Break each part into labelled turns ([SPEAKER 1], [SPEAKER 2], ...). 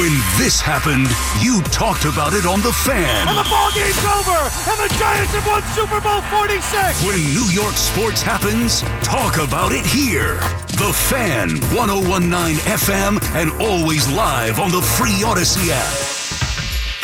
[SPEAKER 1] When this happened, you talked about it on The
[SPEAKER 2] And
[SPEAKER 1] Fan.
[SPEAKER 2] the ball game's over, and the Giants have won Super Bowl 46.
[SPEAKER 1] When New York sports happens, talk about it here. The Fan, 1019 FM, and always live on the free Odyssey app.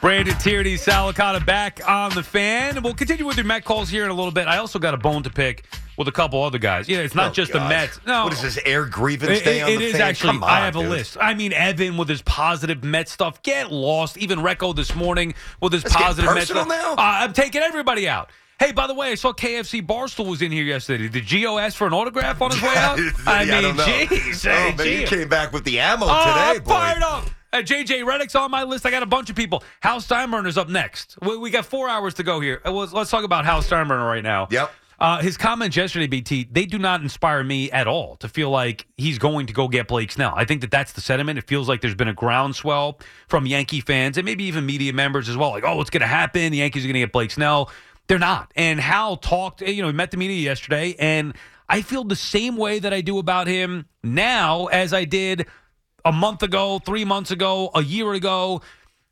[SPEAKER 3] Brandon Tierney, Salicata back on the fan. We'll continue with your Met calls here in a little bit. I also got a bone to pick with a couple other guys. Yeah, it's not
[SPEAKER 4] Oh,
[SPEAKER 3] just the
[SPEAKER 4] God.
[SPEAKER 3] Mets. No,
[SPEAKER 4] What is this, air grievance
[SPEAKER 3] It-
[SPEAKER 4] day on
[SPEAKER 3] it
[SPEAKER 4] the
[SPEAKER 3] is
[SPEAKER 4] fan?
[SPEAKER 3] actually.
[SPEAKER 4] Come
[SPEAKER 3] I
[SPEAKER 4] on,
[SPEAKER 3] have a
[SPEAKER 4] dude.
[SPEAKER 3] list. I mean, Evan with his positive Met stuff. Get lost. Even Recco this morning with his
[SPEAKER 4] Let's get
[SPEAKER 3] positive Met
[SPEAKER 4] personal
[SPEAKER 3] stuff.
[SPEAKER 4] now?
[SPEAKER 3] Uh, I'm taking everybody out. Hey, by the way, I saw KFC Barstool was in here yesterday. Did Gio ask for an autograph on his way out? I mean,
[SPEAKER 4] Yeah, don't know.
[SPEAKER 3] geez,
[SPEAKER 4] Oh,
[SPEAKER 3] hey,
[SPEAKER 4] man, you
[SPEAKER 3] Gio.
[SPEAKER 4] came back with the ammo
[SPEAKER 3] Oh,
[SPEAKER 4] today,
[SPEAKER 3] I'm
[SPEAKER 4] boy.
[SPEAKER 3] fired up. Uh, JJ Reddick's on my list. I got a bunch of people. Hal Steinbrenner's up next. We, we got four hours to go here. Uh, well, let's talk about Hal Steinbrenner right now.
[SPEAKER 4] Yep.
[SPEAKER 3] Uh, his comments yesterday, BT, they do not inspire me at all to feel like he's going to go get Blake Snell. I think that that's the sentiment. It feels like there's been a groundswell from Yankee fans and maybe even media members as well. Like, oh, it's going to happen. The Yankees are going to get Blake Snell. They're not. And Hal talked, you know, he met the media yesterday, and I feel the same way that I do about him now as I did a month ago, three months ago, a year ago.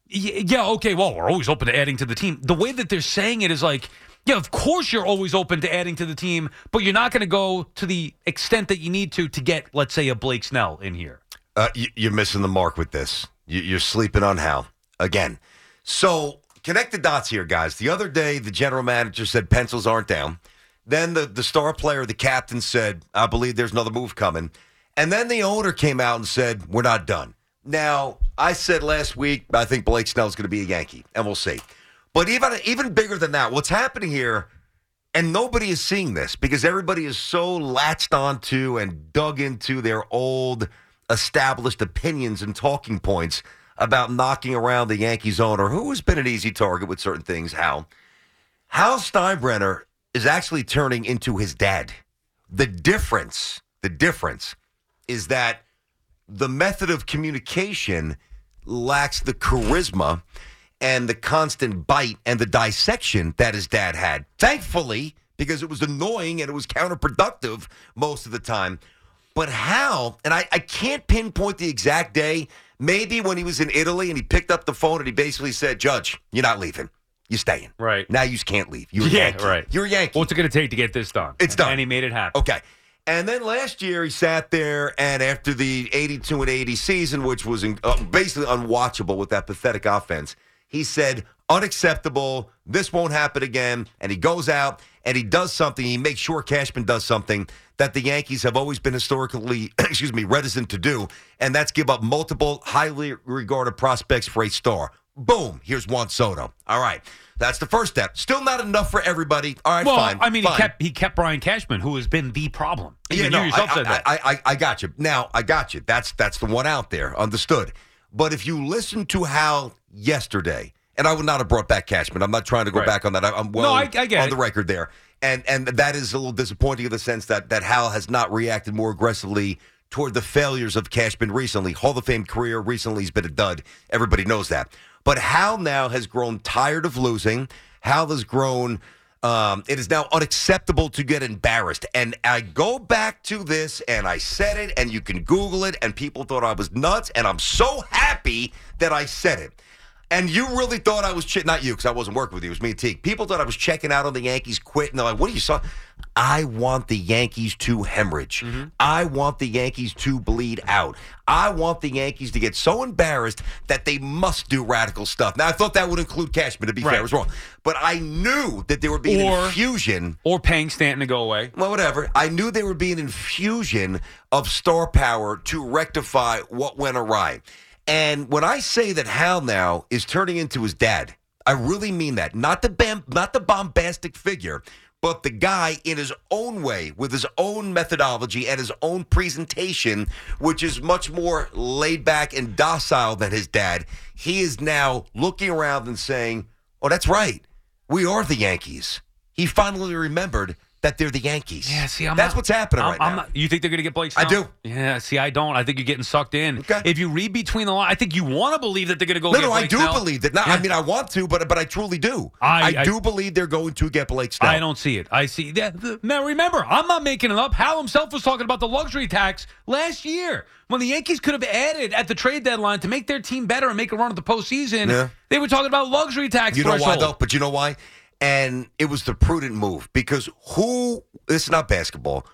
[SPEAKER 3] Y- Yeah, okay, well, we're always open to adding to the team. The way that they're saying it is like, yeah, of course you're always open to adding to the team, but you're not going to go to the extent that you need to to get, let's say, a Blake Snell in here.
[SPEAKER 4] Uh, you, you're missing the mark with this. You, you're sleeping on Hal again. So connect the dots here, guys. The other day, the general manager said pencils aren't down. Then the, the star player, the captain, said, I believe there's another move coming. And then the owner came out and said, We're not done. Now, I said last week, I think Blake Snell's going to be a Yankee, and we'll see. But even, even bigger than that, what's happening here and nobody is seeing this because everybody is so latched onto and dug into their old established opinions and talking points about knocking around the Yankees owner, who has been an easy target with certain things. How Hal Steinbrenner is actually turning into his dad. The difference, the difference is that the method of communication lacks the charisma and the constant bite and the dissection that his dad had. Thankfully, because it was annoying and it was counterproductive most of the time. But how, and I, I can't pinpoint the exact day, maybe when he was in Italy and he picked up the phone and he basically said, Judge, you're not leaving. You're staying.
[SPEAKER 3] Right.
[SPEAKER 4] Now you can't leave. You're a
[SPEAKER 3] Yeah,
[SPEAKER 4] Yankee.
[SPEAKER 3] right.
[SPEAKER 4] You're a Yankee.
[SPEAKER 3] What's it going to take to get this done?
[SPEAKER 4] It's done.
[SPEAKER 3] And he made it happen.
[SPEAKER 4] Okay. And then last year he sat there and after the 82 and 80 season, which was in, uh, basically unwatchable with that pathetic offense, he said, unacceptable. This won't happen again. And he goes out and he does something. He makes sure Cashman does something that the Yankees have always been historically, excuse me, reticent to do. And that's give up multiple highly regarded prospects for a star. Boom. Here's Juan Soto. All right. That's the first step. Still not enough for everybody. All right,
[SPEAKER 3] Well,
[SPEAKER 4] fine.
[SPEAKER 3] I mean,
[SPEAKER 4] fine.
[SPEAKER 3] he kept he kept Brian Cashman, who has been the problem. Even you yourself
[SPEAKER 4] I,
[SPEAKER 3] said
[SPEAKER 4] I,
[SPEAKER 3] that.
[SPEAKER 4] I, I, I got you. Now I got you. That's that's the one out there. Understood. But if you listen to Hal yesterday, and I would not have brought back Cashman. I'm not trying to go
[SPEAKER 3] Right.
[SPEAKER 4] back on that. I, I'm
[SPEAKER 3] No,
[SPEAKER 4] well
[SPEAKER 3] I- I get
[SPEAKER 4] on
[SPEAKER 3] it.
[SPEAKER 4] the record there, and and that is a little disappointing in the sense that that Hal has not reacted more aggressively toward the failures of Cashman recently. Hall of Fame career recently has been a dud. Everybody knows that. But Hal now has grown tired of losing. Hal has grown. Um, it is now unacceptable to get embarrassed. And I go back to this, and I said it, and you can Google it, and people thought I was nuts, and I'm so happy that I said it. And you really thought I was che- not you because I wasn't working with you. It was me and Teague. People thought I was checking out on the Yankees quit, and they're like, "What are you saw?" I want the Yankees to hemorrhage.
[SPEAKER 3] Mm-hmm.
[SPEAKER 4] I want the Yankees to bleed out. I want the Yankees to get so embarrassed that they must do radical stuff. Now I thought that would include Cashman. To be fair,
[SPEAKER 3] Right.
[SPEAKER 4] I was wrong, but I knew that there would be
[SPEAKER 3] Or-
[SPEAKER 4] an infusion
[SPEAKER 3] or paying Stanton to go away.
[SPEAKER 4] well, whatever. I knew there would be an infusion of star power to rectify what went awry. And when I say that Hal now is turning into his dad, I really mean that. Not the bam- not the bombastic figure, but the guy in his own way, with his own methodology and his own presentation, which is much more laid back and docile than his dad. He is now looking around and saying, "Oh, that's right. We are the Yankees." He finally remembered that they're the Yankees.
[SPEAKER 3] Yeah, see, I'm
[SPEAKER 4] that's
[SPEAKER 3] not-
[SPEAKER 4] what's happening
[SPEAKER 3] I'm-
[SPEAKER 4] right
[SPEAKER 3] I'm
[SPEAKER 4] now.
[SPEAKER 3] not- you think they're going to get Blake
[SPEAKER 4] I
[SPEAKER 3] Snell?
[SPEAKER 4] do.
[SPEAKER 3] Yeah, see, I don't. I think you're getting sucked in.
[SPEAKER 4] Okay.
[SPEAKER 3] If you read between the lines, I think you want to believe that they're going to go
[SPEAKER 4] no,
[SPEAKER 3] get
[SPEAKER 4] no, I
[SPEAKER 3] Blake
[SPEAKER 4] do
[SPEAKER 3] Snell.
[SPEAKER 4] believe that. Not, I
[SPEAKER 3] Yeah.
[SPEAKER 4] mean, I want to, but but I truly do.
[SPEAKER 3] I- I-
[SPEAKER 4] do believe they're going to get Blake Snell.
[SPEAKER 3] I don't see it. I see. Yeah, the- now, remember, I'm not making it up. Hal himself was talking about the luxury tax last year when the Yankees could have added at the trade deadline to make their team better and make a run at the postseason.
[SPEAKER 4] Yeah.
[SPEAKER 3] They were talking about luxury tax.
[SPEAKER 4] You know why
[SPEAKER 3] threshold.
[SPEAKER 4] though? But you know why? And it was the prudent move because who? It's not basketball.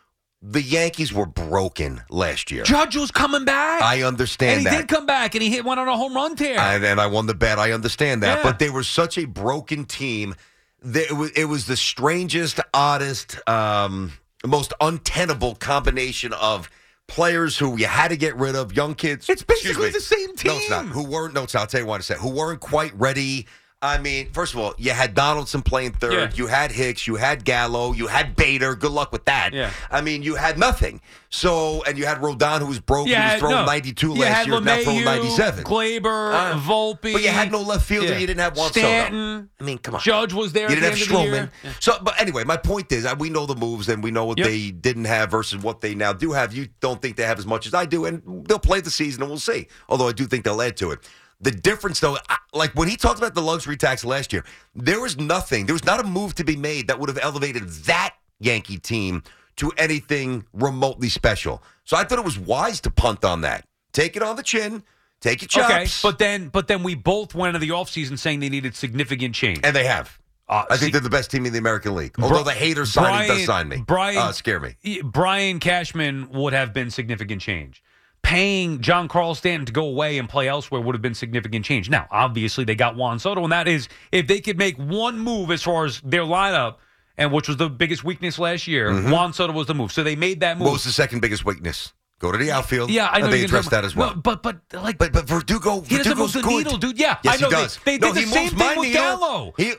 [SPEAKER 4] The Yankees were broken last year.
[SPEAKER 3] Judge was coming back.
[SPEAKER 4] I
[SPEAKER 3] and
[SPEAKER 4] understand
[SPEAKER 3] he
[SPEAKER 4] that.
[SPEAKER 3] did come back, and he hit one on a home run tear.
[SPEAKER 4] and, and I won the bet. I understand that,
[SPEAKER 3] Yeah.
[SPEAKER 4] but they were such a broken team. That it was it was the strangest, oddest, um, most untenable combination of players who you had to get rid of, young kids.
[SPEAKER 3] It's
[SPEAKER 4] Excuse
[SPEAKER 3] basically
[SPEAKER 4] me.
[SPEAKER 3] the same
[SPEAKER 4] No, it's not.
[SPEAKER 3] team.
[SPEAKER 4] Who weren't? No, it's not. I'll tell you why in a sec. Who weren't quite ready. I mean, first of all, you had Donaldson playing third.
[SPEAKER 3] Yeah.
[SPEAKER 4] You had Hicks. You had Gallo. You had Bader. Good luck with that.
[SPEAKER 3] Yeah.
[SPEAKER 4] I mean, you had nothing. So, and you had Rodon, who was broke.
[SPEAKER 3] Yeah,
[SPEAKER 4] he was throwing
[SPEAKER 3] no.
[SPEAKER 4] 92
[SPEAKER 3] You
[SPEAKER 4] last
[SPEAKER 3] had
[SPEAKER 4] year, now throwing
[SPEAKER 3] LeMahieu,
[SPEAKER 4] 97.
[SPEAKER 3] Glaber,
[SPEAKER 4] Uh,
[SPEAKER 3] Volpe,
[SPEAKER 4] But you had no left fielder.
[SPEAKER 3] Yeah.
[SPEAKER 4] You didn't have Juan Soto.
[SPEAKER 3] Stanton.
[SPEAKER 4] I mean, come on.
[SPEAKER 3] Judge was there.
[SPEAKER 4] you
[SPEAKER 3] at
[SPEAKER 4] didn't have
[SPEAKER 3] the end of the
[SPEAKER 4] Stroman.
[SPEAKER 3] year. Yeah.
[SPEAKER 4] So, but anyway, my point is, uh, we know the moves and we know what
[SPEAKER 3] Yep.
[SPEAKER 4] they didn't have versus what they now do have. You don't think they have as much as I do, and they'll play the season and we'll see. Although I do think they'll add to it. The difference, though, I- like when he talked about the luxury tax last year, there was nothing. There was not a move to be made that would have elevated that Yankee team to anything remotely special. So I thought it was wise to punt on that. Take it on the chin. Take your chops.
[SPEAKER 3] Okay, but then but then we both went into the offseason saying they needed significant change.
[SPEAKER 4] And they have.
[SPEAKER 3] Uh,
[SPEAKER 4] I think
[SPEAKER 3] see-
[SPEAKER 4] they're the best team in the American League. Although the hater signing does sign me.
[SPEAKER 3] Brian
[SPEAKER 4] uh, scare me.
[SPEAKER 3] Y- Brian Cashman would have been significant change. Paying John Carl Stanton to go away and play elsewhere would have been significant change. Now, obviously, they got Juan Soto, and that is if they could make one move as far as their lineup, and which was the biggest weakness last year, Juan Soto was the move. So they made that move.
[SPEAKER 4] Mm-hmm. What was the second biggest weakness? Go to the outfield.
[SPEAKER 3] yeah, I know
[SPEAKER 4] And they
[SPEAKER 3] you're gonna talk
[SPEAKER 4] addressed that
[SPEAKER 3] about-
[SPEAKER 4] as well.
[SPEAKER 3] No, but but like,
[SPEAKER 4] but but Verdugo,
[SPEAKER 3] He doesn't
[SPEAKER 4] Verdugo's
[SPEAKER 3] move the
[SPEAKER 4] good.
[SPEAKER 3] needle, dude. Yeah,
[SPEAKER 4] yes,
[SPEAKER 3] I know.
[SPEAKER 4] he
[SPEAKER 3] They-
[SPEAKER 4] does.
[SPEAKER 3] they did
[SPEAKER 4] no,
[SPEAKER 3] the
[SPEAKER 4] he
[SPEAKER 3] same
[SPEAKER 4] moves
[SPEAKER 3] thing
[SPEAKER 4] my
[SPEAKER 3] with
[SPEAKER 4] needle.
[SPEAKER 3] Gallo.
[SPEAKER 4] He,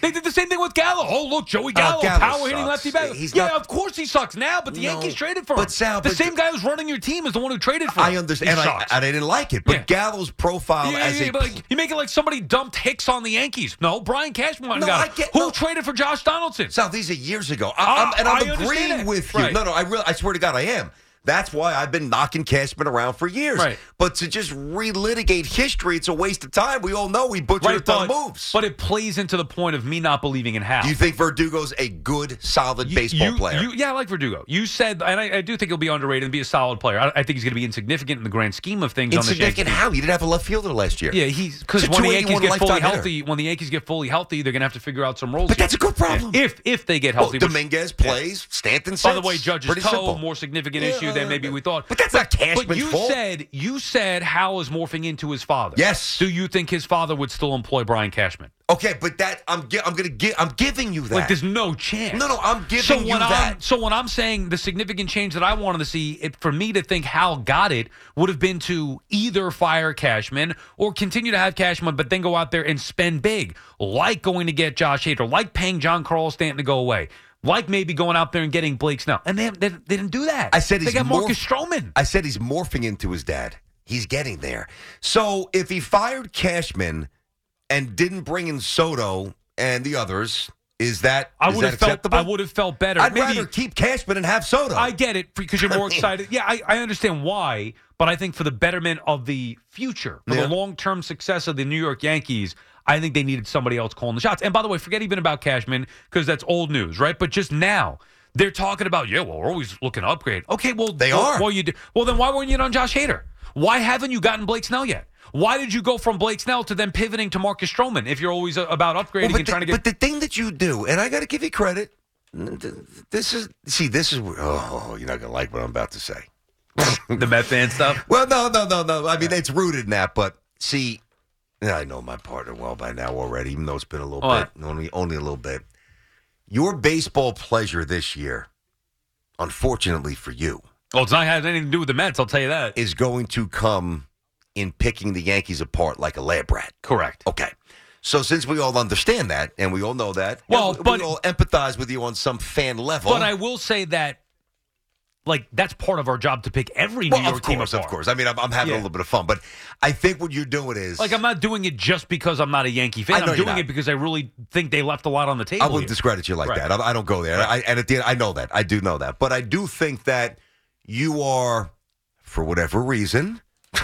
[SPEAKER 3] They did the same thing with Gallo. Oh, look, Joey Gallo,
[SPEAKER 4] Gallo
[SPEAKER 3] power hitting
[SPEAKER 4] sucks.
[SPEAKER 3] lefty back.
[SPEAKER 4] He's
[SPEAKER 3] yeah,
[SPEAKER 4] not-
[SPEAKER 3] of course he sucks now, but the
[SPEAKER 4] No.
[SPEAKER 3] Yankees traded for him.
[SPEAKER 4] But Sal,
[SPEAKER 3] the
[SPEAKER 4] but-
[SPEAKER 3] same guy who's running your team is the one who traded for him.
[SPEAKER 4] I understand.
[SPEAKER 3] He
[SPEAKER 4] And I,
[SPEAKER 3] sucks.
[SPEAKER 4] and I didn't like it. But
[SPEAKER 3] Yeah.
[SPEAKER 4] Gallo's profile
[SPEAKER 3] yeah,
[SPEAKER 4] as
[SPEAKER 3] yeah,
[SPEAKER 4] a
[SPEAKER 3] but like, you make it like somebody dumped Hicks on the Yankees. No, Brian Cashman went and
[SPEAKER 4] No,
[SPEAKER 3] got
[SPEAKER 4] I
[SPEAKER 3] him.
[SPEAKER 4] get-
[SPEAKER 3] Who
[SPEAKER 4] no.
[SPEAKER 3] traded for Josh Donaldson?
[SPEAKER 4] Sal, these are years ago.
[SPEAKER 3] Ah,
[SPEAKER 4] I, am and
[SPEAKER 3] I
[SPEAKER 4] I'm
[SPEAKER 3] understand
[SPEAKER 4] agreeing
[SPEAKER 3] it.
[SPEAKER 4] with you.
[SPEAKER 3] Right.
[SPEAKER 4] No, no, I really, I swear to God, I am. That's why I've been knocking Cashman around for years.
[SPEAKER 3] Right.
[SPEAKER 4] But to just relitigate history, it's a waste of time. We all know we butchered a ton
[SPEAKER 3] but,
[SPEAKER 4] of moves.
[SPEAKER 3] but it plays into the point of me not believing in Hal.
[SPEAKER 4] Do you think Verdugo's a good, solid
[SPEAKER 3] You-
[SPEAKER 4] baseball
[SPEAKER 3] you-
[SPEAKER 4] player?
[SPEAKER 3] you- yeah, I like Verdugo. You said, and I, I do think he'll be underrated and be a solid player. I, I think he's going to be insignificant in the grand scheme of things. on the
[SPEAKER 4] Insignificant how? You didn't have a left fielder last year.
[SPEAKER 3] Yeah, he's because
[SPEAKER 4] It's a
[SPEAKER 3] when the Yankees
[SPEAKER 4] 281
[SPEAKER 3] get fully
[SPEAKER 4] lifetime hitter.
[SPEAKER 3] healthy, when the Yankees get fully healthy, they're going to have to figure out some roles.
[SPEAKER 4] But
[SPEAKER 3] here.
[SPEAKER 4] that's a good problem.
[SPEAKER 3] Yeah. If if they get
[SPEAKER 4] Well,
[SPEAKER 3] healthy, which-
[SPEAKER 4] Dominguez plays. Stanton sits.
[SPEAKER 3] By the way, Judge's
[SPEAKER 4] Pretty
[SPEAKER 3] toe
[SPEAKER 4] simple.
[SPEAKER 3] more significant
[SPEAKER 4] Yeah,
[SPEAKER 3] issue than maybe we thought.
[SPEAKER 4] But that's not Cashman's
[SPEAKER 3] But you
[SPEAKER 4] fault.
[SPEAKER 3] said you said Hal is morphing into his father.
[SPEAKER 4] Yes.
[SPEAKER 3] Do you think his father would still employ Brian Cashman?
[SPEAKER 4] okay, but that I'm gi- I'm gonna give I'm giving you that.
[SPEAKER 3] Like, there's no chance.
[SPEAKER 4] No, no, I'm giving
[SPEAKER 3] so
[SPEAKER 4] you
[SPEAKER 3] when I'm,
[SPEAKER 4] that.
[SPEAKER 3] So when I'm saying the significant change that I wanted to see, it, for me to think Hal got it would have been to either fire Cashman or continue to have Cashman, but then go out there and spend big, like going to get Josh Hader, like paying John Carl Stanton to go away, like maybe going out there and getting Blake Snell, and they, they, they didn't do that.
[SPEAKER 4] I said
[SPEAKER 3] they
[SPEAKER 4] he's
[SPEAKER 3] got
[SPEAKER 4] morph-
[SPEAKER 3] Marcus Stroman.
[SPEAKER 4] I said he's morphing into his dad. He's getting there. So if he fired Cashman and didn't bring in Soto and the others, is that
[SPEAKER 3] I
[SPEAKER 4] is
[SPEAKER 3] would
[SPEAKER 4] that
[SPEAKER 3] have felt
[SPEAKER 4] acceptable?
[SPEAKER 3] I would have felt better.
[SPEAKER 4] I'd
[SPEAKER 3] Maybe-
[SPEAKER 4] rather keep Cashman and have Soto.
[SPEAKER 3] I get it because you're more excited. Yeah, I, I understand why, but I think for the betterment of the future, for
[SPEAKER 4] Yeah.
[SPEAKER 3] the long term success of the New York Yankees, I think they needed somebody else calling the shots. And by the way, forget even about Cashman because that's old news, right? But just now. They're talking about, yeah, well, we're always looking to upgrade. Okay, well,
[SPEAKER 4] They
[SPEAKER 3] well,
[SPEAKER 4] are.
[SPEAKER 3] Well, you do. Well, then why weren't you on Josh Hader? Why haven't you gotten Blake Snell yet? Why did you go from Blake Snell to then pivoting to Marcus Stroman if you're always uh, about upgrading
[SPEAKER 4] Well,
[SPEAKER 3] and
[SPEAKER 4] but
[SPEAKER 3] trying to
[SPEAKER 4] the-
[SPEAKER 3] get?
[SPEAKER 4] But the thing that you do, and I got to give you credit. n- th- This is see, this is where- oh, you're not gonna like what I'm about to say.
[SPEAKER 3] the Met fan stuff.
[SPEAKER 4] Well, no, no, no, no. I mean, it's rooted in that, but see, I know my partner well by now already, even though it's been a little
[SPEAKER 3] What?
[SPEAKER 4] bit, only only a little bit. Your baseball pleasure this year, unfortunately for you,
[SPEAKER 3] Well, it's not has anything to do with the Mets. I'll tell you that.
[SPEAKER 4] is going to come in picking the Yankees apart like a lab rat.
[SPEAKER 3] Correct.
[SPEAKER 4] Okay. So since we all understand that and we all know that,
[SPEAKER 3] Well,
[SPEAKER 4] we
[SPEAKER 3] but-
[SPEAKER 4] all empathize with you on some fan level.
[SPEAKER 3] But I will say that like that's part of our job to pick every New
[SPEAKER 4] Well,
[SPEAKER 3] York
[SPEAKER 4] of
[SPEAKER 3] team
[SPEAKER 4] course,
[SPEAKER 3] apart.
[SPEAKER 4] of course. I mean, I'm, I'm having
[SPEAKER 3] Yeah.
[SPEAKER 4] a little bit of fun, but I think what you're doing is
[SPEAKER 3] Like I'm not doing it just because I'm not a Yankee
[SPEAKER 4] I
[SPEAKER 3] fan.
[SPEAKER 4] know
[SPEAKER 3] I'm
[SPEAKER 4] you're
[SPEAKER 3] doing
[SPEAKER 4] not.
[SPEAKER 3] it because I really think they left a lot on the table.
[SPEAKER 4] I wouldn't
[SPEAKER 3] here.
[SPEAKER 4] discredit you like
[SPEAKER 3] Right.
[SPEAKER 4] that. I, I don't go there. I, and at the end, I know that. I do know that. But I do think that you are, for whatever reason,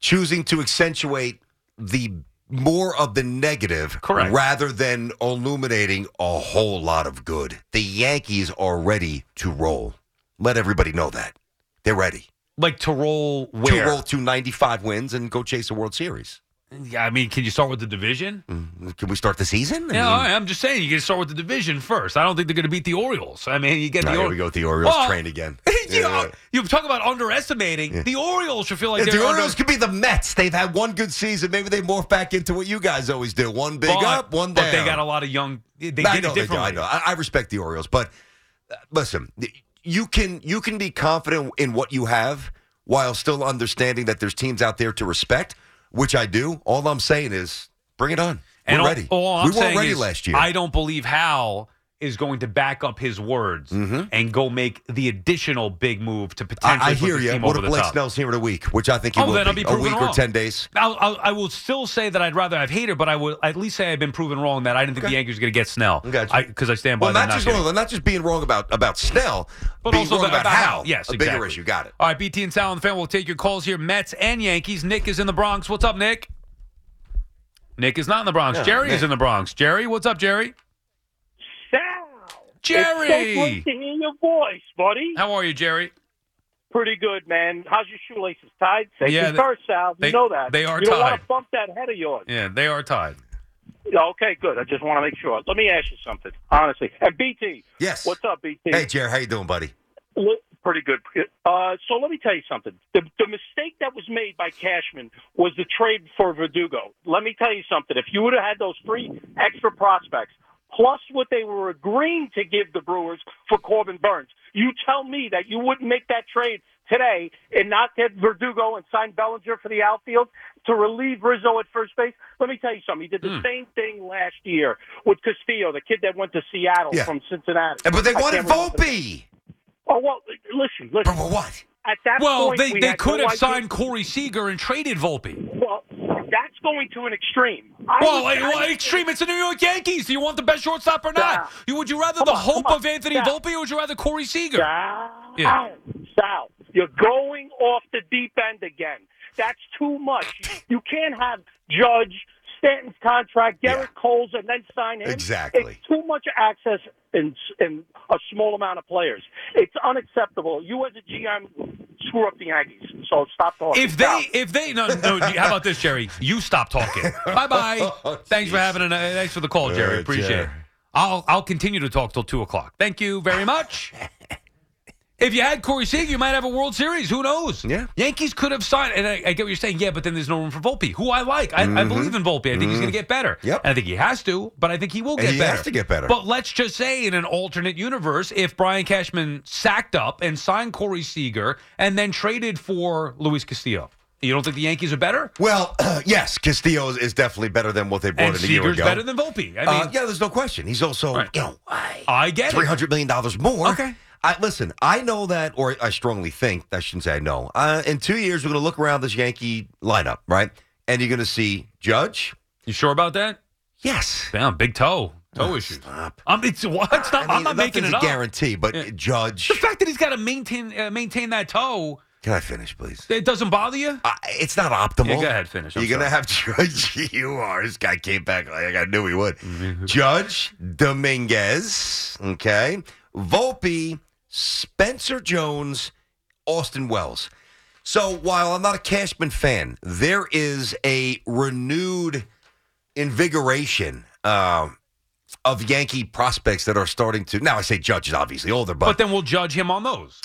[SPEAKER 4] choosing to accentuate the more of the negative
[SPEAKER 3] Correct.
[SPEAKER 4] rather than illuminating a whole lot of good. The Yankees are ready to roll. Let everybody know that. They're ready
[SPEAKER 3] like to roll where?
[SPEAKER 4] to roll to 95 wins and go chase a World Series.
[SPEAKER 3] Yeah, I mean, can you start with the division?
[SPEAKER 4] Mm-hmm. Can we start the season? I
[SPEAKER 3] Yeah,
[SPEAKER 4] mean-
[SPEAKER 3] all right, I'm just saying you can start with the division first. I don't think they're going to beat the Orioles. I mean, you get
[SPEAKER 4] Now,
[SPEAKER 3] the
[SPEAKER 4] here
[SPEAKER 3] Orioles.
[SPEAKER 4] we go with the Orioles
[SPEAKER 3] Well,
[SPEAKER 4] train again.
[SPEAKER 3] you,
[SPEAKER 4] Yeah.
[SPEAKER 3] you talk about underestimating. The Orioles should feel like
[SPEAKER 4] If
[SPEAKER 3] they're
[SPEAKER 4] the
[SPEAKER 3] under-
[SPEAKER 4] Orioles could be the Mets. They've had one good season. Maybe they morph back into what you guys always do: one big
[SPEAKER 3] but-
[SPEAKER 4] up, one down.
[SPEAKER 3] But they got a lot of young. They
[SPEAKER 4] I
[SPEAKER 3] did
[SPEAKER 4] know
[SPEAKER 3] it
[SPEAKER 4] do. I
[SPEAKER 3] differently.
[SPEAKER 4] know. I, I respect the Orioles, but uh, listen, you can you can be confident in what you have while still understanding that there's teams out there to respect, which I do. All I'm saying is, bring it on.
[SPEAKER 3] And
[SPEAKER 4] We're
[SPEAKER 3] all-
[SPEAKER 4] ready.
[SPEAKER 3] all I'm
[SPEAKER 4] we weren't
[SPEAKER 3] saying
[SPEAKER 4] ready
[SPEAKER 3] is
[SPEAKER 4] last year.
[SPEAKER 3] I don't believe Hal is going to back up his words and go make the additional big move to potentially
[SPEAKER 4] Mm-hmm. I, I
[SPEAKER 3] put
[SPEAKER 4] hear
[SPEAKER 3] this
[SPEAKER 4] you.
[SPEAKER 3] team
[SPEAKER 4] What
[SPEAKER 3] over
[SPEAKER 4] if
[SPEAKER 3] the
[SPEAKER 4] Blake
[SPEAKER 3] top.
[SPEAKER 4] Snell's here in a week, which I think he
[SPEAKER 3] Oh,
[SPEAKER 4] will
[SPEAKER 3] then I'll be
[SPEAKER 4] be a
[SPEAKER 3] proven
[SPEAKER 4] week or
[SPEAKER 3] wrong.
[SPEAKER 4] ten days.
[SPEAKER 3] I'll, I'll, I will still say that I'd rather have Hater, but I would at least say I've been proven wrong that I didn't think the Yankees were going to get Snell
[SPEAKER 4] Gotcha.
[SPEAKER 3] because I, stand by
[SPEAKER 4] Well,
[SPEAKER 3] that.
[SPEAKER 4] not just
[SPEAKER 3] getting-
[SPEAKER 4] well, not just being wrong about about Snell,
[SPEAKER 3] but
[SPEAKER 4] being
[SPEAKER 3] also
[SPEAKER 4] wrong about, how.
[SPEAKER 3] Yes,
[SPEAKER 4] a bigger
[SPEAKER 3] exactly.
[SPEAKER 4] issue. Got it.
[SPEAKER 3] All right, BT and Sal and fan will take your calls here. Mets and Yankees. Nick is in the Bronx. What's up, Nick? Nick is not in the Bronx. Jerry is in the Bronx. Jerry, what's up, Jerry?
[SPEAKER 5] Sal.
[SPEAKER 3] Jerry!
[SPEAKER 5] It's so great to hear your voice, buddy.
[SPEAKER 3] How are you, Jerry?
[SPEAKER 5] Pretty good, man. How's your shoelaces tied? Safety
[SPEAKER 3] Yeah, they-
[SPEAKER 5] first, Sal. You
[SPEAKER 3] they-
[SPEAKER 5] know that.
[SPEAKER 3] they are
[SPEAKER 5] You don't want
[SPEAKER 3] tied.
[SPEAKER 5] to bump that head of yours.
[SPEAKER 3] Yeah, they are tied.
[SPEAKER 5] Yeah, Okay, good. I just want to make sure. Let me ask you something, honestly. And BT.
[SPEAKER 4] Yes.
[SPEAKER 5] What's up, BT?
[SPEAKER 4] Hey, Jerry, how you doing, buddy?
[SPEAKER 5] Look, Pretty good. Uh, so let me tell you something. The, the mistake that was made by Cashman was the trade for Verdugo. Let me tell you something. If you would have had those three extra prospects, plus what they were agreeing to give the Brewers for Corbin Burns, you tell me that you wouldn't make that trade today and not get Verdugo and sign Bellinger for the outfield to relieve Rizzo at first base. Let me tell you something. He did
[SPEAKER 4] Hmm.
[SPEAKER 5] the same thing last year with Castillo, the kid that went to Seattle
[SPEAKER 4] Yeah.
[SPEAKER 5] from Cincinnati.
[SPEAKER 4] And- But they
[SPEAKER 5] I
[SPEAKER 4] wanted
[SPEAKER 5] can't remember-
[SPEAKER 4] Volpe.
[SPEAKER 5] Oh well, listen,
[SPEAKER 4] But
[SPEAKER 5] listen.
[SPEAKER 4] for what?
[SPEAKER 5] At that
[SPEAKER 3] Well,
[SPEAKER 5] point,
[SPEAKER 3] they,
[SPEAKER 5] we
[SPEAKER 3] they
[SPEAKER 5] had
[SPEAKER 3] could
[SPEAKER 5] no
[SPEAKER 3] have
[SPEAKER 5] idea-
[SPEAKER 3] signed Corey Seager and traded Volpe.
[SPEAKER 5] Well, that's going to an extreme. I
[SPEAKER 3] Well,
[SPEAKER 5] was-
[SPEAKER 3] like,
[SPEAKER 5] I-
[SPEAKER 3] well, extreme. It's the New York Yankees. Do you want the best shortstop or not?
[SPEAKER 5] Stop.
[SPEAKER 3] You would you rather
[SPEAKER 5] Come
[SPEAKER 3] the
[SPEAKER 5] on,
[SPEAKER 3] hope
[SPEAKER 5] come on,
[SPEAKER 3] of Anthony
[SPEAKER 5] stop.
[SPEAKER 3] Volpe, or would you rather Corey Seager?
[SPEAKER 5] Sal,
[SPEAKER 3] Yeah.
[SPEAKER 5] Sal, you're going off the deep end again. That's too much. You can't have Judge Stanton's contract, Garrett Cole's, and then sign him.
[SPEAKER 4] Exactly.
[SPEAKER 5] It's too much access in, in a small amount of players. It's unacceptable. You as a GM screw up the Yankees. So stop
[SPEAKER 4] Oh,
[SPEAKER 5] talking.
[SPEAKER 3] If
[SPEAKER 5] Sal.
[SPEAKER 3] they, if they, no, no. How about this, Jerry? You stop talking. bye bye. Thanks for
[SPEAKER 4] Oh, jeez.
[SPEAKER 3] having, an, thanks for the call, Jerry.
[SPEAKER 4] Uh,
[SPEAKER 3] Appreciate
[SPEAKER 4] Jerry.
[SPEAKER 3] it. I'll, I'll continue to talk till two o'clock. Thank you very much. If you had Corey Seager, you might have a World Series. Who knows?
[SPEAKER 4] Yeah.
[SPEAKER 3] Yankees could have signed, and I, I get what you're saying. Yeah, but then there's no room for Volpe, who I like. I, I believe in Volpe. I think he's going to get better.
[SPEAKER 4] Mm-hmm. Yep.
[SPEAKER 3] And I think he has to, but I think he will
[SPEAKER 4] And
[SPEAKER 3] get
[SPEAKER 4] he
[SPEAKER 3] better.
[SPEAKER 4] has to get better.
[SPEAKER 3] But let's just say, in an alternate universe, if Brian Cashman sacked up and signed Corey Seager and then traded for Luis Castillo, you don't think the Yankees are better?
[SPEAKER 4] Well, yes, Castillo is, is definitely better than what they brought
[SPEAKER 3] and
[SPEAKER 4] in a year
[SPEAKER 3] Seager's
[SPEAKER 4] ago.
[SPEAKER 3] better than Volpe. I mean,
[SPEAKER 4] uh, yeah, there's no question. He's also,
[SPEAKER 3] Right.
[SPEAKER 4] you know, I-
[SPEAKER 3] I get
[SPEAKER 4] three
[SPEAKER 3] it.
[SPEAKER 4] hundred million dollars more.
[SPEAKER 3] Okay.
[SPEAKER 4] I, listen, I know that, or I strongly think. I shouldn't say I know. Uh, in two years, we're going to look around this Yankee lineup, right? And you're going to see Judge.
[SPEAKER 3] You sure about that?
[SPEAKER 4] Yes. Uh,
[SPEAKER 3] Damn, big toe, toe issues.
[SPEAKER 4] Stop.
[SPEAKER 3] I'm, it's, what? It's not,
[SPEAKER 4] I
[SPEAKER 3] I'm
[SPEAKER 4] mean,
[SPEAKER 3] not making it
[SPEAKER 4] nothing's a
[SPEAKER 3] up.
[SPEAKER 4] guarantee, but Judge.
[SPEAKER 3] The fact that he's got to maintain uh, maintain that toe,
[SPEAKER 4] Can I finish, please?
[SPEAKER 3] it doesn't bother you.
[SPEAKER 4] Uh, it's not optimal.
[SPEAKER 3] Yeah, go ahead, finish. I'm
[SPEAKER 4] You're gonna have Judge. You are. This guy came back like I knew he would.
[SPEAKER 3] Mm-hmm.
[SPEAKER 4] Judge Dominguez. Okay. Volpe, Spencer Jones, Austin Wells. So while I'm not a Cashman fan, there is a renewed invigoration uh, of Yankee prospects that are starting to. Now I say Judge is obviously older,
[SPEAKER 3] But
[SPEAKER 4] but,
[SPEAKER 3] then we'll judge him on those.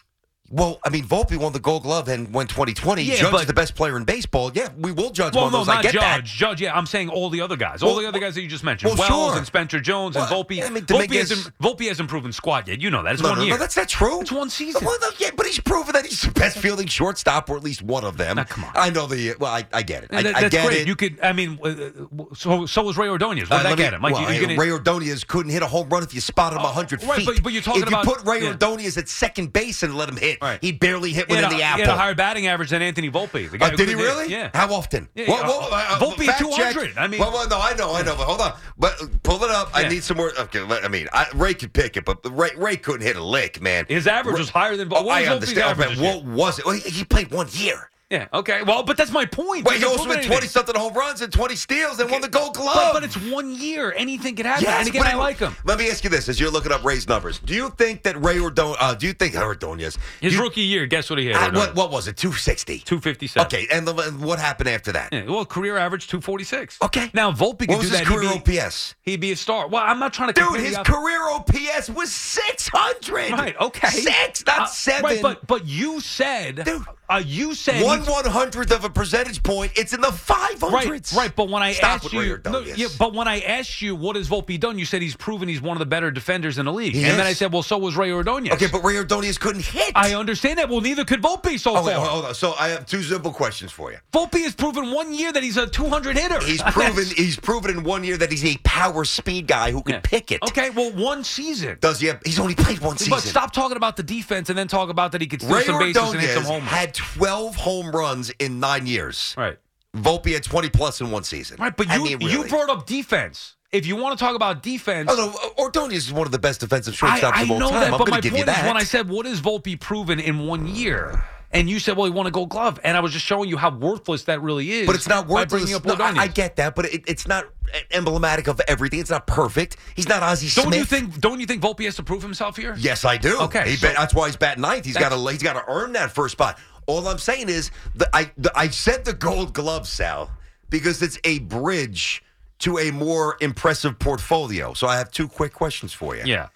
[SPEAKER 4] Well, I mean, Volpe won the Gold Glove and won 2020.
[SPEAKER 3] Yeah,
[SPEAKER 4] Judge
[SPEAKER 3] but-
[SPEAKER 4] is the best player in baseball. Yeah, we will judge
[SPEAKER 3] Well,
[SPEAKER 4] one of
[SPEAKER 3] no,
[SPEAKER 4] those.
[SPEAKER 3] not
[SPEAKER 4] I get
[SPEAKER 3] Judge.
[SPEAKER 4] that.
[SPEAKER 3] Judge, yeah, I'm saying all the other guys, all
[SPEAKER 4] Well,
[SPEAKER 3] the other guys that you just mentioned,
[SPEAKER 4] well,
[SPEAKER 3] Wells
[SPEAKER 4] sure.
[SPEAKER 3] and Spencer Jones
[SPEAKER 4] Well,
[SPEAKER 3] and Volpe.
[SPEAKER 4] I mean, to make
[SPEAKER 3] Volpe,
[SPEAKER 4] his-
[SPEAKER 3] hasn't, Volpe hasn't proven squad yet. You know that. It's
[SPEAKER 4] No,
[SPEAKER 3] one
[SPEAKER 4] no, no,
[SPEAKER 3] year.
[SPEAKER 4] that's not true.
[SPEAKER 3] It's one season.
[SPEAKER 4] Well, no, yeah, but he's proven that he's the best fielding shortstop, or at least one of them.
[SPEAKER 3] Now, come on.
[SPEAKER 4] I know the. Well, I, I get it. I,
[SPEAKER 3] And that-
[SPEAKER 4] I
[SPEAKER 3] that's
[SPEAKER 4] get
[SPEAKER 3] great.
[SPEAKER 4] it.
[SPEAKER 3] You could, I mean, uh, uh, so so was Ray Ordonez.
[SPEAKER 4] Uh,
[SPEAKER 3] What did
[SPEAKER 4] let
[SPEAKER 3] I
[SPEAKER 4] me-
[SPEAKER 3] get him? Like,
[SPEAKER 4] well,
[SPEAKER 3] you, are gonna,
[SPEAKER 4] Ray Ordonez couldn't hit a home run if you spotted him
[SPEAKER 3] Oh,
[SPEAKER 4] 100
[SPEAKER 3] right,
[SPEAKER 4] feet.
[SPEAKER 3] but- but you're talking
[SPEAKER 4] if
[SPEAKER 3] about-
[SPEAKER 4] you put Ray
[SPEAKER 3] yeah.
[SPEAKER 4] Ordonez at second base and let him hit,
[SPEAKER 3] Right.
[SPEAKER 4] he barely hit
[SPEAKER 3] he had
[SPEAKER 4] within
[SPEAKER 3] a-
[SPEAKER 4] the
[SPEAKER 3] he
[SPEAKER 4] apple.
[SPEAKER 3] had a higher batting average than Anthony Volpe. The guy
[SPEAKER 4] Oh,
[SPEAKER 3] who
[SPEAKER 4] did he
[SPEAKER 3] couldn't hit.
[SPEAKER 4] really?
[SPEAKER 3] Yeah.
[SPEAKER 4] How often?
[SPEAKER 3] Yeah, yeah, uh, Volpe at
[SPEAKER 4] fact check.
[SPEAKER 3] 200, I mean-
[SPEAKER 4] well, well, no, I know, I know, but hold on. But uh, pull it up. I
[SPEAKER 3] Yeah.
[SPEAKER 4] need some more. Okay, let, I mean, I, Ray could pick it, but Ray, Ray couldn't hit a lick, man.
[SPEAKER 3] His average was higher than Volpe.
[SPEAKER 4] Oh,
[SPEAKER 3] What
[SPEAKER 4] I
[SPEAKER 3] was Volpe's
[SPEAKER 4] understand,
[SPEAKER 3] average
[SPEAKER 4] but
[SPEAKER 3] this year?
[SPEAKER 4] what was it? Well, he, he played one year.
[SPEAKER 3] Yeah. Okay. Well, but that's my point.
[SPEAKER 4] But
[SPEAKER 3] It
[SPEAKER 4] he
[SPEAKER 3] doesn't
[SPEAKER 4] also
[SPEAKER 3] prove
[SPEAKER 4] had
[SPEAKER 3] anything.
[SPEAKER 4] twenty something home runs and twenty steals and won the Gold Glove.
[SPEAKER 3] But, but it's one year. Anything could happen.
[SPEAKER 4] Yes,
[SPEAKER 3] and again,
[SPEAKER 4] but
[SPEAKER 3] I like him.
[SPEAKER 4] Let me ask you this: As you're looking up Ray's numbers, do you think that Ray Ordonez? Uh, do you think Ordonez?
[SPEAKER 3] His
[SPEAKER 4] you,
[SPEAKER 3] rookie year, guess what he hit?
[SPEAKER 4] uh, what, what was it? Two sixty.
[SPEAKER 3] Two fifty seven.
[SPEAKER 4] Okay, and, the, and what happened after that?
[SPEAKER 3] Yeah, well, career average two forty six.
[SPEAKER 4] Okay.
[SPEAKER 3] Now Volpe could
[SPEAKER 4] What
[SPEAKER 3] do
[SPEAKER 4] was his
[SPEAKER 3] that.
[SPEAKER 4] career
[SPEAKER 3] he'd, be,
[SPEAKER 4] OPS?
[SPEAKER 3] he'd be a star. Well, I'm not trying to
[SPEAKER 4] Dude,
[SPEAKER 3] compare
[SPEAKER 4] his
[SPEAKER 3] the-
[SPEAKER 4] career OPS was six hundred.
[SPEAKER 3] Right. Okay.
[SPEAKER 4] six, not
[SPEAKER 3] Uh,
[SPEAKER 4] seven.
[SPEAKER 3] Right, but but you said,
[SPEAKER 4] Dude.
[SPEAKER 3] uh, you said
[SPEAKER 4] one
[SPEAKER 3] he's-
[SPEAKER 4] one hundredth of a percentage point. It's in the five
[SPEAKER 3] Right,
[SPEAKER 4] hundreds.
[SPEAKER 3] right. But when I
[SPEAKER 4] Stop
[SPEAKER 3] asked
[SPEAKER 4] with Ray
[SPEAKER 3] you, no,
[SPEAKER 4] Ordonez.
[SPEAKER 3] yeah, but when I asked you what has Volpe done, you said he's proven he's one of the better defenders in the league.
[SPEAKER 4] He
[SPEAKER 3] and then
[SPEAKER 4] is.
[SPEAKER 3] I said, well, so was Ray Ordonez.
[SPEAKER 4] okay, but Ray Ordonez couldn't hit.
[SPEAKER 3] I understand that. Well, neither could Volpe so
[SPEAKER 4] Oh,
[SPEAKER 3] far.
[SPEAKER 4] wait, hold on, hold on. So I have two simple questions for you.
[SPEAKER 3] Volpe has proven one year that he's a 200 hitter.
[SPEAKER 4] He's proven he's proven in one year that he's a power speed guy who can
[SPEAKER 3] Yeah.
[SPEAKER 4] pick it.
[SPEAKER 3] Okay, well, one season.
[SPEAKER 4] Does he have? He's only played one season.
[SPEAKER 3] But stop talking about the defense and then talk about that he could steal
[SPEAKER 4] Ray
[SPEAKER 3] some bases and hit some
[SPEAKER 4] Ordonez
[SPEAKER 3] home runs.
[SPEAKER 4] had 12 home runs in nine years.
[SPEAKER 3] right,
[SPEAKER 4] Volpe had 20 plus in one season.
[SPEAKER 3] right. But you
[SPEAKER 4] I mean,
[SPEAKER 3] you
[SPEAKER 4] really.
[SPEAKER 3] brought up defense. If you want to talk about defense,
[SPEAKER 4] Oh no, Ordonez is one of the best defensive
[SPEAKER 3] I,
[SPEAKER 4] shortstops
[SPEAKER 3] I
[SPEAKER 4] of all
[SPEAKER 3] know
[SPEAKER 4] time.
[SPEAKER 3] that.
[SPEAKER 4] I'm
[SPEAKER 3] but
[SPEAKER 4] going
[SPEAKER 3] my
[SPEAKER 4] to give
[SPEAKER 3] point
[SPEAKER 4] you
[SPEAKER 3] is,
[SPEAKER 4] that.
[SPEAKER 3] when I said what is Volpe proven in one year, and you said, well, he won a Gold Glove, and I was just showing you how worthless that really is.
[SPEAKER 4] but it's not
[SPEAKER 3] by
[SPEAKER 4] worth
[SPEAKER 3] bringing up
[SPEAKER 4] no,
[SPEAKER 3] Ordonez.
[SPEAKER 4] I, I get that, but it, it's not e, emblematic of everything. It's not perfect. He's not Ozzy
[SPEAKER 3] don't
[SPEAKER 4] Smith.
[SPEAKER 3] you think? Don't you think Volpe has to prove himself here?
[SPEAKER 4] Yes, I do.
[SPEAKER 3] Okay,
[SPEAKER 4] he
[SPEAKER 3] so-
[SPEAKER 4] bet, that's why he's batting ninth. He's got
[SPEAKER 3] That's-
[SPEAKER 4] to he's got to earn that first spot. All I'm saying is the, I the, I said the Gold Glove Sal because it's a bridge to a more impressive portfolio. So I have two quick questions for you.
[SPEAKER 3] Yeah.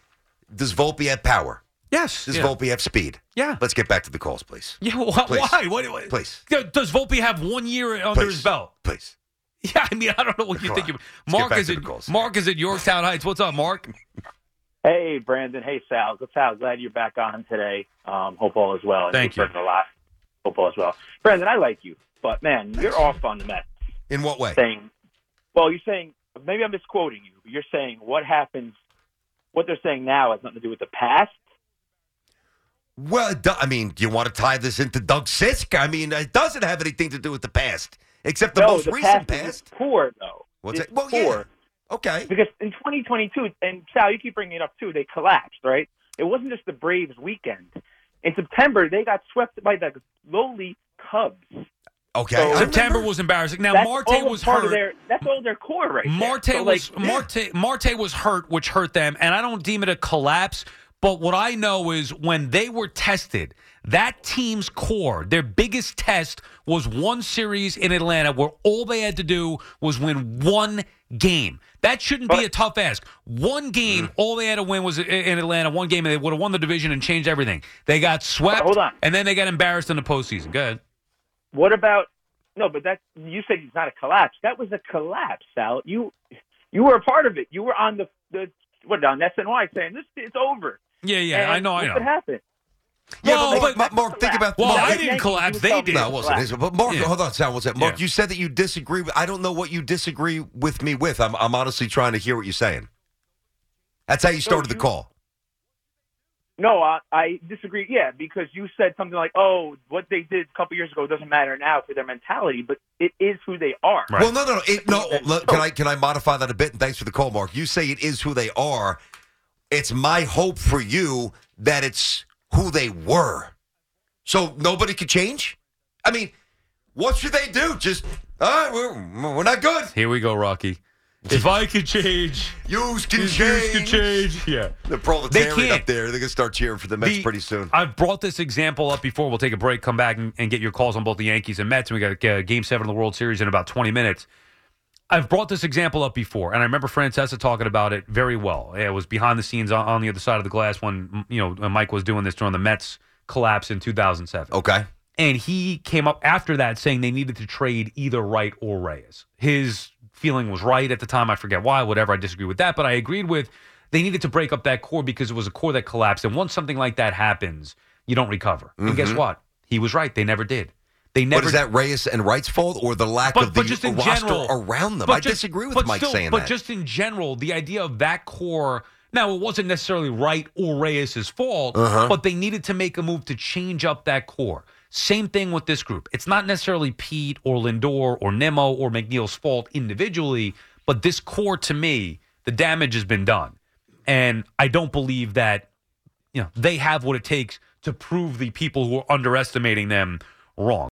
[SPEAKER 4] Does Volpe have power?
[SPEAKER 3] Yes.
[SPEAKER 4] Does
[SPEAKER 3] yeah.
[SPEAKER 4] Volpe have speed?
[SPEAKER 3] Yeah.
[SPEAKER 4] Let's get back to the calls, please.
[SPEAKER 3] Yeah, well, wh-
[SPEAKER 4] Please.
[SPEAKER 3] why? What, what-
[SPEAKER 4] Please.
[SPEAKER 3] Yeah, Does Volpe have one year under
[SPEAKER 4] Please.
[SPEAKER 3] his belt?
[SPEAKER 4] Please.
[SPEAKER 3] Yeah, I mean, I don't know what you
[SPEAKER 4] Come
[SPEAKER 3] think.
[SPEAKER 4] on.
[SPEAKER 3] of-
[SPEAKER 4] Let's get
[SPEAKER 3] Mark
[SPEAKER 4] back
[SPEAKER 3] is
[SPEAKER 4] to
[SPEAKER 3] at
[SPEAKER 4] the goals.
[SPEAKER 3] Mark is at Yorktown Heights. What's up, Mark?
[SPEAKER 5] Hey, Brandon. Hey, Sal. Good Sal. Glad you're back on today. Um, hope all is well. And
[SPEAKER 3] Thank
[SPEAKER 5] you've
[SPEAKER 3] you.
[SPEAKER 5] learned A lot. Hope all is well. Brandon, I like you, but man, you're off on the Mets
[SPEAKER 4] In what way?
[SPEAKER 5] saying. Well, you're saying maybe I'm misquoting you. But you're saying what happens, what they're saying now has nothing to do with the past.
[SPEAKER 4] Well, it do- I mean, do you want to tie this into Doug Sisk? I mean, it doesn't have anything to do with the past, except the
[SPEAKER 5] no,
[SPEAKER 4] most
[SPEAKER 5] the
[SPEAKER 4] recent
[SPEAKER 5] past, is
[SPEAKER 4] past.
[SPEAKER 5] poor though.
[SPEAKER 4] What's
[SPEAKER 5] It's
[SPEAKER 4] that? Well, yeah.
[SPEAKER 5] poor.
[SPEAKER 4] Okay.
[SPEAKER 5] Because in 2022, and Sal, you keep bringing it up too, they collapsed, right? It wasn't just the Braves weekend. In September, they got swept by the lowly Cubs.
[SPEAKER 4] Okay.
[SPEAKER 5] So-
[SPEAKER 4] I
[SPEAKER 3] September
[SPEAKER 4] remember.
[SPEAKER 3] was embarrassing. Now
[SPEAKER 5] that's
[SPEAKER 3] Marte
[SPEAKER 5] all
[SPEAKER 3] was
[SPEAKER 5] part
[SPEAKER 3] hurt.
[SPEAKER 5] Of their, that's all their core right
[SPEAKER 3] Marte
[SPEAKER 5] there. So,
[SPEAKER 3] was
[SPEAKER 5] like,
[SPEAKER 3] Marte Marte was hurt, which hurt them, and I don't deem it a collapse. But what I know is when they were tested, that team's core, their biggest test was one series in Atlanta where all they had to do was win one game. That shouldn't be a tough ask. One game,
[SPEAKER 5] Mm.
[SPEAKER 3] all they had to win was i- in Atlanta, one game, and they would have won the division and changed everything. They got swept,
[SPEAKER 5] Hold on.
[SPEAKER 3] and then they got embarrassed in the postseason. Go ahead.
[SPEAKER 5] What about no? But that you said it's not a collapse. That was a collapse, Sal. You you were a part of it. You were on the the what on SNY saying this it's over.
[SPEAKER 3] Yeah, yeah, I
[SPEAKER 5] And
[SPEAKER 3] know, I
[SPEAKER 5] look
[SPEAKER 3] know.
[SPEAKER 5] What happened?
[SPEAKER 4] Yeah,
[SPEAKER 3] Well,
[SPEAKER 4] but, Mark,
[SPEAKER 3] but-
[SPEAKER 4] Mark, think about
[SPEAKER 3] Well,
[SPEAKER 4] Mark,
[SPEAKER 3] I
[SPEAKER 5] Yankees,
[SPEAKER 3] didn't
[SPEAKER 5] you
[SPEAKER 3] collapse. They
[SPEAKER 5] felt-
[SPEAKER 3] did.
[SPEAKER 4] No, it wasn't. His- but Mark,
[SPEAKER 3] Yeah.
[SPEAKER 4] hold on, Sal, one second. Mark,
[SPEAKER 3] Yeah.
[SPEAKER 4] you said that you disagree with. I don't know what you disagree with me with. I'm, I'm honestly trying to hear what you're saying. That's how you started the
[SPEAKER 5] you-
[SPEAKER 4] call.
[SPEAKER 5] No, I, I disagree. Yeah, because you said something like, "Oh, what they did a couple years ago doesn't matter now for their mentality, but it is who they are."
[SPEAKER 3] Right.
[SPEAKER 4] Well, no, no, no. It, no look, can I can I modify that a bit? And thanks for the call, Mark. You say it is who they are. It's my hope for you that it's who they were. So nobody could change. I mean, what should they do? Just all right, we're we're not good.
[SPEAKER 3] Here we go, Rocky. If I could change,
[SPEAKER 4] Yous can
[SPEAKER 3] if
[SPEAKER 4] change.
[SPEAKER 3] you could change. Yeah.
[SPEAKER 4] The proletariat
[SPEAKER 3] They can't.
[SPEAKER 4] up there, they're gonna start cheering for the Mets
[SPEAKER 3] The-
[SPEAKER 4] pretty soon.
[SPEAKER 3] I've brought this example up before. We'll take a break, come back, and, and get your calls on both the Yankees and Mets. And we got uh, Game Seven of the World Series in about twenty minutes. I've brought this example up before, and I remember Francesa talking about it very well. It was behind the scenes on, on the other side of the glass when you know Mike was doing this during the Mets collapse in 2007.
[SPEAKER 4] Okay.
[SPEAKER 3] And he came up after that saying they needed to trade either Wright or Reyes. His feeling was right at the time. I forget why, whatever. I disagree with that, but I agreed with they needed to break up that core because it was a core that collapsed. And once something like that happens, you don't recover. And guess what? He was right. They never did. They never
[SPEAKER 4] But is that Reyes and Wright's fault or the lack
[SPEAKER 3] but,
[SPEAKER 4] of the
[SPEAKER 3] but just in
[SPEAKER 4] roster
[SPEAKER 3] general,
[SPEAKER 4] around them?
[SPEAKER 3] but
[SPEAKER 4] I
[SPEAKER 3] just-
[SPEAKER 4] disagree with
[SPEAKER 3] but
[SPEAKER 4] Mike
[SPEAKER 3] still-
[SPEAKER 4] saying
[SPEAKER 3] but
[SPEAKER 4] that.
[SPEAKER 3] just in general, the idea of that core. Now, it wasn't necessarily right or Reyes' fault,
[SPEAKER 4] Uh-huh.
[SPEAKER 3] but they needed to make a move to change up that core. Same thing with this group. It's not necessarily Pete or Lindor or Nemo or McNeil's fault individually, but this core to me, the damage has been done. And I don't believe that you know they have what it takes to prove the people who are underestimating them wrong.